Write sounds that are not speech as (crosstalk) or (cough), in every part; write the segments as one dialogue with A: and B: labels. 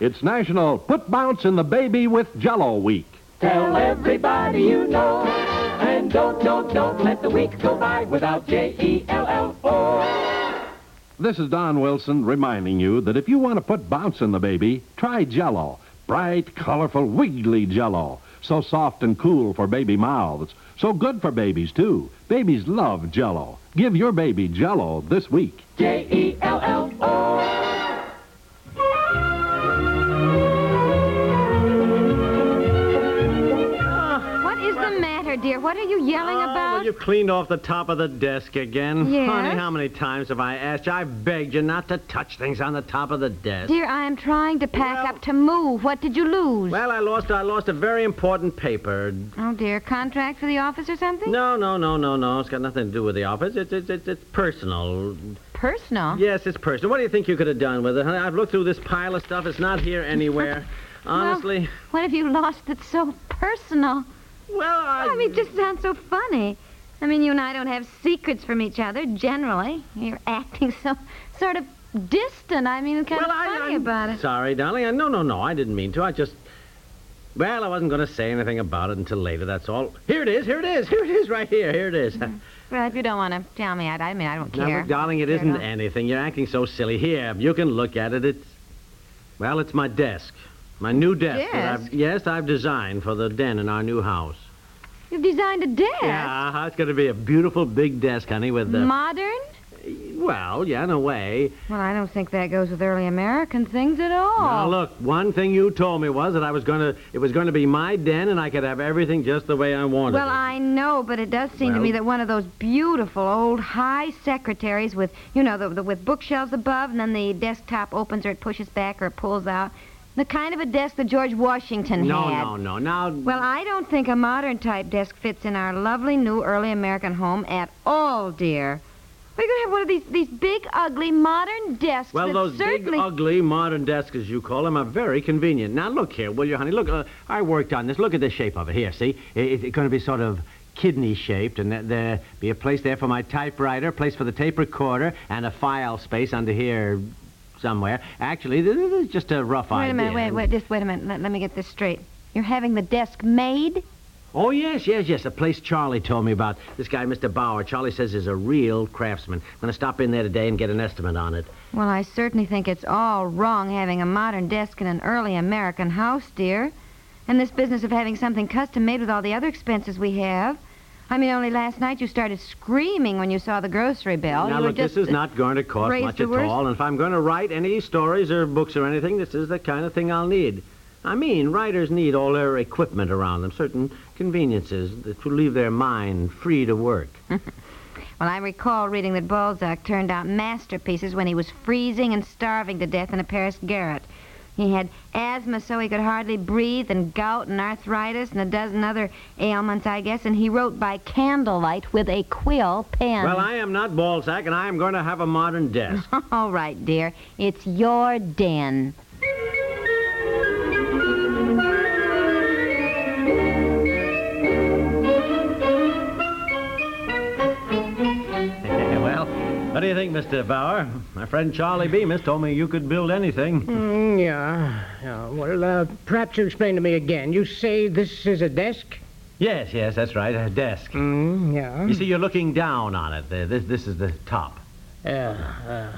A: It's National Put Bounce in the Baby with Jello Week.
B: Tell everybody you know. And don't, don't, don't let the week go by without E J-E-L-L-O.
A: This is Don Wilson reminding you that if you want to put bounce in the baby, try Jello. Bright, colorful, wiggly Jello. So soft and cool for baby mouths. So good for babies too. Babies love Jello. Give your baby Jello this week.
B: E J-E-L-L-O.
C: What is the matter, dear? What are you yelling
D: Oh,
C: about?
D: Well, you've cleaned off the top of the desk again.
C: Yes?
D: Honey, how many times have I asked you? I begged you not to touch things on the top of the desk.
C: Dear, I am trying to pack
D: Well-
C: up to move. What did you lose?
D: Well, I lost I lost a very important paper.
C: oh, dear. Contract for the office or something?
D: No, no, no, no, no. It's got nothing to do with the office. It's it's it's, it's personal.
C: Personal?
D: Yes, it's personal. What do you think you could have done with it? Honey, I've looked through this pile of stuff. It's not here
C: (laughs)
D: anywhere. Honestly,
C: What have you lost that's so personal?
D: well,
C: I, mean, it just sounds so funny. I mean, you and I don't have secrets from each other, generally. You're acting so sort of distant. I mean, it's kind
D: well,
C: of
D: I,
C: funny
D: I'm
C: about it.
D: Sorry, darling. I, no, no, no. I didn't mean to. I just. Well, I wasn't going to say anything about it until later, that's all. Here it is, here it is, (laughs) here it is, right here, here it is.
C: Mm-hmm. Well, if you don't want to tell me, I, I mean, I don't
D: (laughs) Now,
C: care.
D: look, darling, it
C: Care
D: isn't
C: at all.
D: anything. You're acting so silly. Here, you can look at it. It's. Well, it's my desk. My new desk. that I've,
C: Desk?
D: yes, I've designed for the den in our new house.
C: You've designed a desk.
D: Yeah, uh-huh, it's going to be a beautiful big desk, honey, with the.
C: Modern?
D: well, yeah, in a way.
C: Well, I don't think that goes with early American things at
D: Now,
C: all.
D: look, one thing you told me was that I was going to. It was going to be my den, and I could have everything just the way I wanted
C: well,
D: it.
C: I know, but it does seem to
D: Well-
C: me that one of those beautiful old high secretaries with, you know, the, the, with bookshelves above, and then the desktop opens or it pushes back or it pulls out. The kind of a desk that George Washington
D: No,
C: had.
D: no, no. Now,
C: Well, I don't think a modern type desk fits in our lovely new early American home at all, dear. We're going to have one of these, these big, ugly, modern desks
D: well,
C: that
D: those
C: certainly...
D: big, ugly modern desks, as you call them, are very convenient. Now, look here, will you, honey? Look, uh, I worked on this. Look at the shape of it here. See, I- it, it's going to be sort of kidney-shaped, and th- there be a place there for my typewriter, a place for the tape recorder, and a file space under here somewhere. Actually, th- th- this is just a rough
C: Wait
D: idea.
C: a minute, wait, wait, just wait a minute. Let, let me get this straight. You're having the desk made?
D: Oh, yes, yes, yes. A place Charlie told me about. This guy, Mr. Bauer, Charlie says is a real craftsman. I'm going to stop in there today and get an estimate on it.
C: Well, I certainly think it's all wrong having a modern desk in an early American house, dear. And this business of having something custom made with all the other expenses we have. I mean, only last night you started screaming when you saw the grocery bill. Oh,
D: Now,
C: you were
D: look,
C: just,
D: this is not going to cost
C: raise
D: much
C: the
D: at
C: worst-
D: all, and if I'm going to write any stories or books or anything, this is the kind of thing I'll need. I mean, writers need all their equipment around them, certain conveniences that to leave their mind free to work.
C: Well, I recall reading that Balzac turned out masterpieces when he was freezing and starving to death in a Paris garret. He had asthma so he could hardly breathe, and gout and arthritis and a dozen other ailments, I guess, and he wrote by candlelight with a quill pen.
D: well, I am not Balzac, and I am going to have a modern
C: (laughs)
D: desk. (laughs)
C: All right, dear. It's your den.
D: well, what do you think, Mr. Bauer? My friend Charlie Bemis told me you could build anything.
E: Mm, yeah, yeah. Well, uh, perhaps you explain to me again. You say this is a desk?
D: yes, yes, that's right, a desk.
E: Mm,
D: You
E: yeah.
D: see, you're looking down on it. There, This, this is the top.
E: Uh, uh,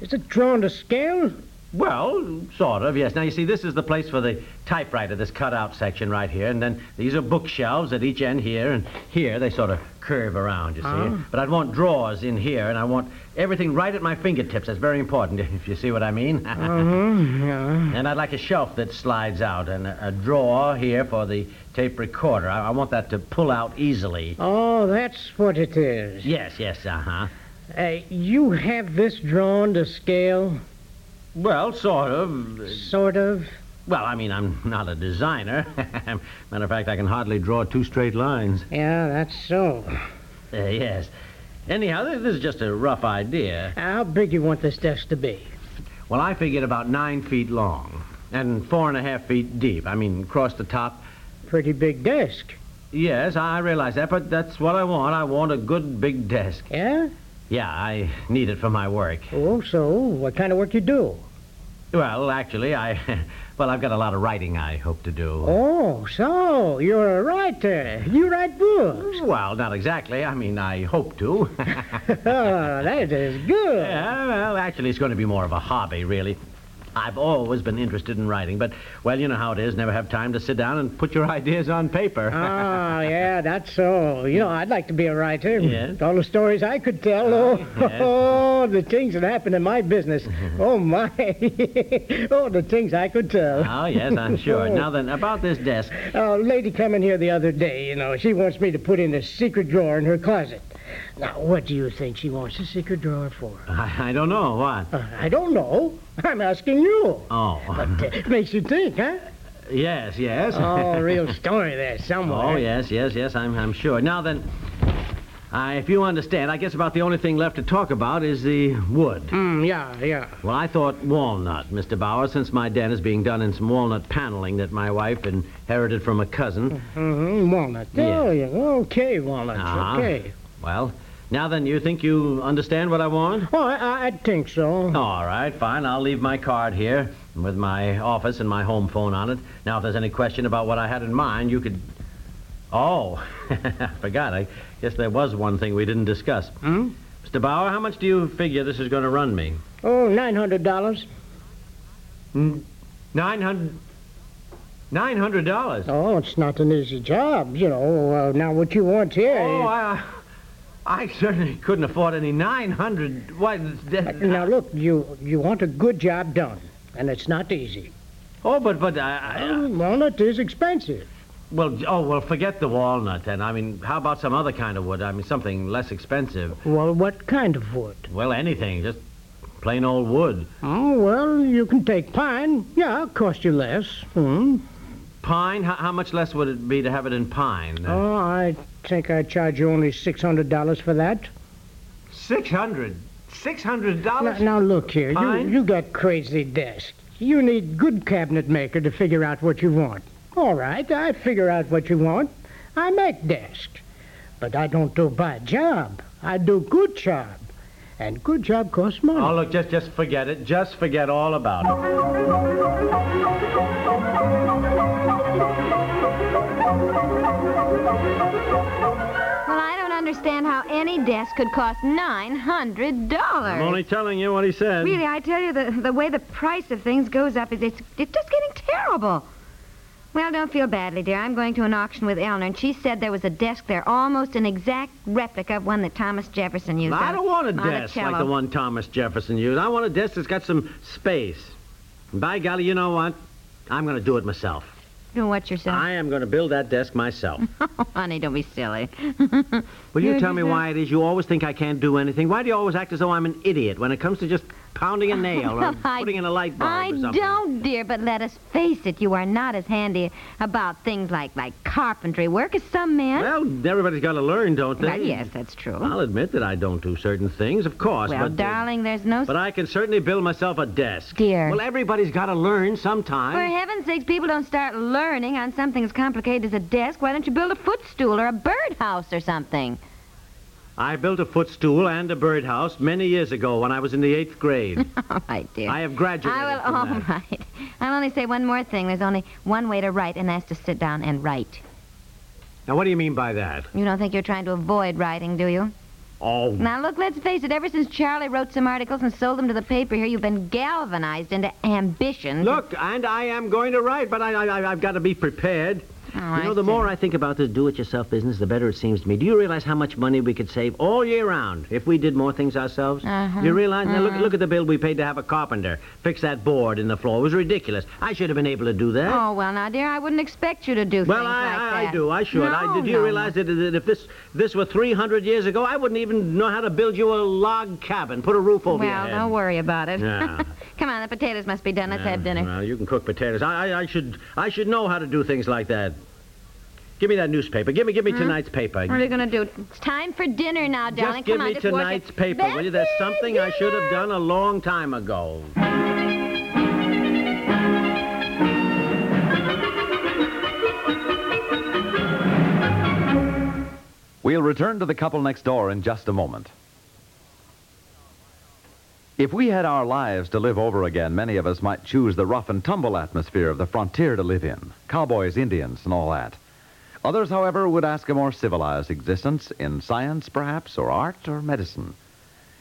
E: is it drawn to scale?
D: Well, sort of, yes. Now, you see, this is the place for the typewriter, this cutout section right here, and then these are bookshelves at each end here, and here they sort of curve around, you see. But I'd want drawers in here, and I want everything right at my fingertips. That's very important, (laughs) if you see what I mean.
E: Mm, yeah.
D: and I'd like a shelf that slides out, and a, a drawer here for the tape recorder. I, I want that to pull out easily.
E: Oh, that's what it is.
D: Yes, yes, uh huh.
E: Uh, you have this drawn to scale?
D: Well, sort of.
E: Sort of.
D: Well, I mean, I'm not a designer. (laughs) Matter of fact, I can hardly draw two straight lines.
E: Yeah, that's so.
D: (laughs) Uh, yes. Anyhow, this, this is just a rough idea.
E: How big you want this desk to be?
D: Well, I figured about nine feet long and four and a half feet deep. I mean, across the top.
E: Pretty big desk.
D: Yes, I realize that, but that's what I want. I want a good big desk.
E: Yeah?
D: Yeah, I need it for my work.
E: Oh, so what kind of work you do?
D: Well, actually, I. (laughs) Well, I've got a lot of writing I hope to do.
E: Oh, so you're a writer. You write books.
D: Well, not exactly. I mean, I hope to. (laughs)
E: oh, that is good.
D: Yeah, well, actually, it's going to be more of a hobby, really. I've always been interested in writing, but, well, you know how it is. Never have time to sit down and put your (laughs) ideas on paper.
E: Ah, yeah, that's so. You know, I'd like to be a writer.
D: Yes. Ah,
E: All the stories I could tell. Oh, (laughs) oh, the things that happened in
D: (laughs)
E: my business. oh, my. (laughs) oh, the things I could tell.
D: (laughs) oh, yes, I'm sure. Now then, about this desk.
E: A lady come in here the other day, you know. She wants me to put in a secret drawer in her closet. Now, what do you think she wants a secret drawer for?
D: I, I don't know. What?
E: (laughs) Uh, I don't know. I'm asking you.
D: Oh,
E: But uh, makes you
D: (laughs)
E: think, huh?
D: yes, yes.
E: Oh, real story there somewhere.
D: (laughs) Oh, yes, yes, yes, I'm, I'm sure. Now then, I, if you understand, I guess about the only thing left to talk about is the wood.
E: Mm, yeah, yeah.
D: Well, I thought walnut, Mr. Bauer, since my den is being done in some walnut paneling that my wife inherited from a cousin.
E: hmm walnut.
D: Yeah.
E: Oh, yeah. Okay, walnuts.
D: Uh-huh.
E: Okay.
D: Well, now then, you think you understand what I (laughs) want?
E: Oh, I- I, I think so.
D: All right, fine. I'll leave my card here with my office and my home phone on it. Now, if there's any question about what I had in mind, you could. Oh, (laughs) I forgot. I guess there was one thing we didn't discuss.
E: Hmm?
D: Mr. Bauer, how much do you figure this is going to run me?
E: Oh, nine hundred dollars.
D: Nine hundred. Nine hundred dollars.
E: Oh, it's not an easy job, you know. Uh, now, what you want here?
D: Oh, I, I certainly couldn't afford any nine hundred. Why?
E: Uh,
D: th-
E: now look, you you want a good job done, and it's not easy.
D: Oh, but but I, I,
E: Oh, walnut is expensive.
D: well, oh well, forget the walnut then. I mean, how about some other kind of wood? I mean, something less expensive.
E: Well, what kind of wood?
D: Well, anything, just plain old wood.
E: Oh well, you can take pine. Yeah, it'll cost you less. Hmm.
D: Pine. How, how much less would it be to have it in pine?
E: Oh, I think I charge you only six hundred dollars for that.
D: Six hundred. Six hundred
E: Now,
D: dollars.
E: now look here, you,
D: Pine?
E: you got crazy desk. You need good cabinet maker to figure out what you want. All right, I figure out what you want. I make desk, but I don't do bad job. I do good job, and good job costs money.
D: Oh, look, just just forget it. Just forget all about it.
C: Well, I don't understand how any desk could cost $900.
D: I'm only telling you what he said.
C: Really, I tell you, the, the way the price of things goes up is it's, it's just getting terrible. Well, don't feel badly, dear. I'm going to an auction with Eleanor, and she said there was a desk there, almost an exact replica of one that Thomas Jefferson used.
D: I
C: on-
D: don't want a
C: on
D: desk like
C: cello.
D: the one Thomas Jefferson used. I want a desk that's got some space. And by golly, you know what? I'm going to do it myself.
C: Do what yourself.
D: I am going to build that desk myself.
C: Oh, honey, don't be silly.
D: Will you
C: You're
D: tell me
C: just a-
D: why it is you always think I can't do anything? Why do you always act as though I'm an idiot when it comes to just pounding a nail or
C: (laughs) I-
D: putting in a light bulb
C: I
D: or something?
C: don't, dear, but let us face it, you are not as handy about things like, like carpentry work as some men.
D: Well, everybody's got to learn, don't they?
C: Well, yes, that's true.
D: I'll admit that I don't do certain things, of course.
C: well,
D: but, uh,
C: darling, there's no...
D: but I can certainly build myself a desk.
C: Dear.
D: Well, everybody's got to learn sometime.
C: For heaven's sakes, people don't start learning on something as complicated as a desk. Why don't you build a footstool or a birdhouse or something? (laughs)
D: I built a footstool and a birdhouse many years ago when I was in the
C: (laughs)
D: eighth grade.
C: All right, dear.
D: I have graduated.
C: I will.
D: from
C: All
D: that.
C: right. I'll only say one more thing. There's only one way to write, and that's to sit down and write.
D: Now, what do you mean by that?
C: You don't think you're trying to avoid writing, do you?
D: Oh,
C: Now, look, let's face it. Ever since Charlie wrote some articles and sold them to the paper here, you've been galvanized into ambition.
D: eh? look, and I am going to write, but I, I, I've got to be prepared.
C: Oh,
D: you know, the more I think about this do-it-yourself business, the better it seems to me. Do you realize how much money we could save all year round if we did more things ourselves?
C: Uh-huh.
D: Do you realize? Now, look, look at the bill we paid to have a carpenter fix that board in the floor. It was ridiculous. I should have been able to do that.
C: Oh, well, now, dear, I wouldn't expect you to do
D: Well,
C: things
D: I,
C: like
D: I,
C: that.
D: I do. I should. I,
C: No,
D: did you
C: no, no.
D: realize that, that if this this were 300 years ago, I wouldn't even know how to build you a log cabin, put a roof over your
C: Well,
D: head.
C: don't worry about it. (laughs)
D: Yeah.
C: Come on, the potatoes must be done. Let's have dinner.
D: Well, you can cook potatoes. I, I, I should I should know how to do things like that. Give me that newspaper. Give me
C: Hmm?
D: give me tonight's paper.
C: What are you going to do? It's time for dinner now, darling.
D: Just give
C: Come on,
D: me
C: just work
D: tonight's
C: it.
D: paper, will you? There's
C: Betsy,
D: something I should have done a long time ago.
F: We'll return to the couple next door in just a moment. If we had our lives to live over again, many of us might choose the rough and tumble atmosphere of the frontier to live in cowboys, Indians, and all that. Others, however, would ask a more civilized existence in science, perhaps, or art, or medicine.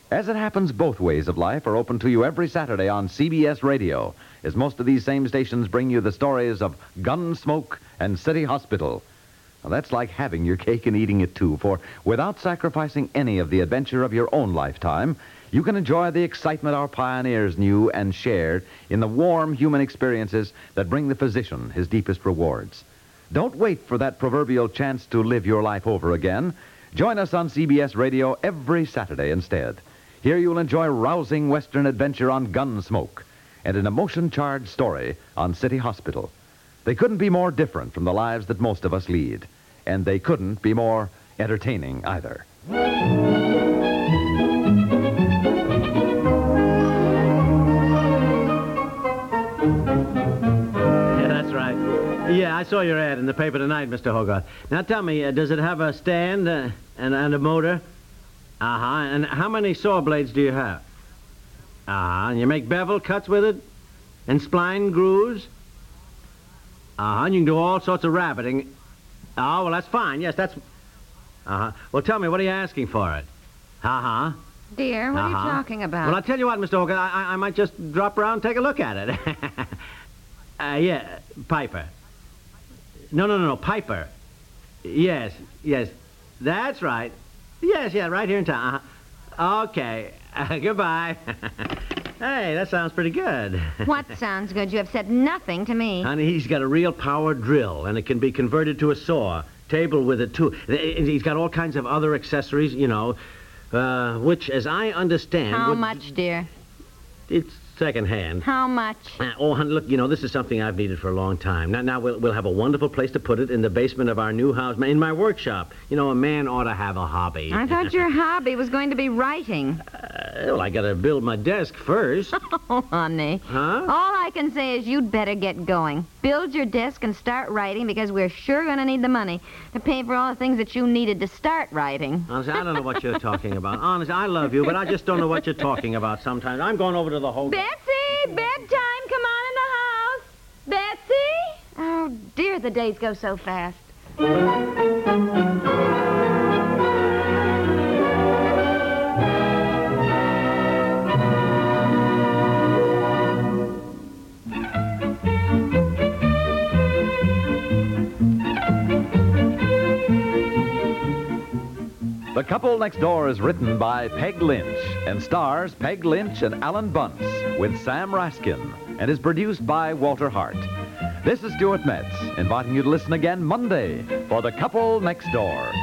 F: As it happens, both ways of life are open to you every Saturday on CBS Radio, as most of these same stations bring you the stories of Gunsmoke and City Hospital. Now, that's like having your cake and eating it too, for without sacrificing any of the adventure of your own lifetime, you can enjoy the excitement our pioneers knew and shared in the warm human experiences that bring the physician his deepest rewards. Don't wait for that proverbial chance to live your life over again. Join us on CBS Radio every Saturday instead. Here you'll enjoy rousing Western adventure on Gunsmoke and an emotion-charged story on City Hospital. They couldn't be more different from the lives that most of us lead, and they couldn't be more entertaining either.
D: Yeah, that's right. Yeah, I saw your ad in the paper tonight, Mr. Hogarth. Now tell me, uh, does it have a stand uh, and, and a motor? Uh huh. And how many saw blades do you have? Uh huh. And you make bevel cuts with it? And spline grooves? Uh huh. And you can do all sorts of rabbiting. Oh, well, that's fine. Yes, that's. Uh huh. Well, tell me, what are you asking for it? Uh huh.
C: Dear, what are you
D: Uh-huh.
C: talking about?
D: Well, I'll tell you what, Mr. Hogan, I, I- I might just drop around and take a look at it. (laughs) uh, yeah, Piper. No, no, no, no, Piper. Yes, yes, that's right. Yes, yeah, right here in town. Uh-huh. Okay, (laughs) uh, goodbye. (laughs) hey, that sounds pretty good. (laughs)
C: What sounds good? You have said nothing to me.
D: Honey, he's got a real power drill, and it can be converted to a saw. Table with it, too. Th- He's got all kinds of other accessories, you know, uh, which, as I understand...
C: How
D: would-
C: much, dear?
D: It's secondhand.
C: How much?
D: Uh, oh, honey, look, you know, this is something I've needed for a long time. Now, now we'll, we'll have a wonderful place to put it in the basement of our new house, in my workshop. You know, a man ought to have a hobby. Uh, (laughs)
C: I thought your hobby was going to be writing. (laughs)
D: Well, I gotta build my desk first.
C: Oh, honey.
D: Huh?
C: All I can say is you'd better get going. Build your desk and start writing because we're sure going to need the money to pay for all the things that you needed to start writing.
D: Honestly, I don't know what you're talking about. Honestly, I love you, but I just don't know what you're talking about sometimes. I'm going over to the whole...
C: Betsy, bedtime. Come on in the house. Betsy? Oh, dear, the days go so fast.
F: The Couple Next Door is written by Peg Lynch and stars Peg Lynch and Alan Bunce with Sam Raskin and is produced by Walter Hart. This is Stuart Metz inviting you to listen again Monday for The Couple Next Door.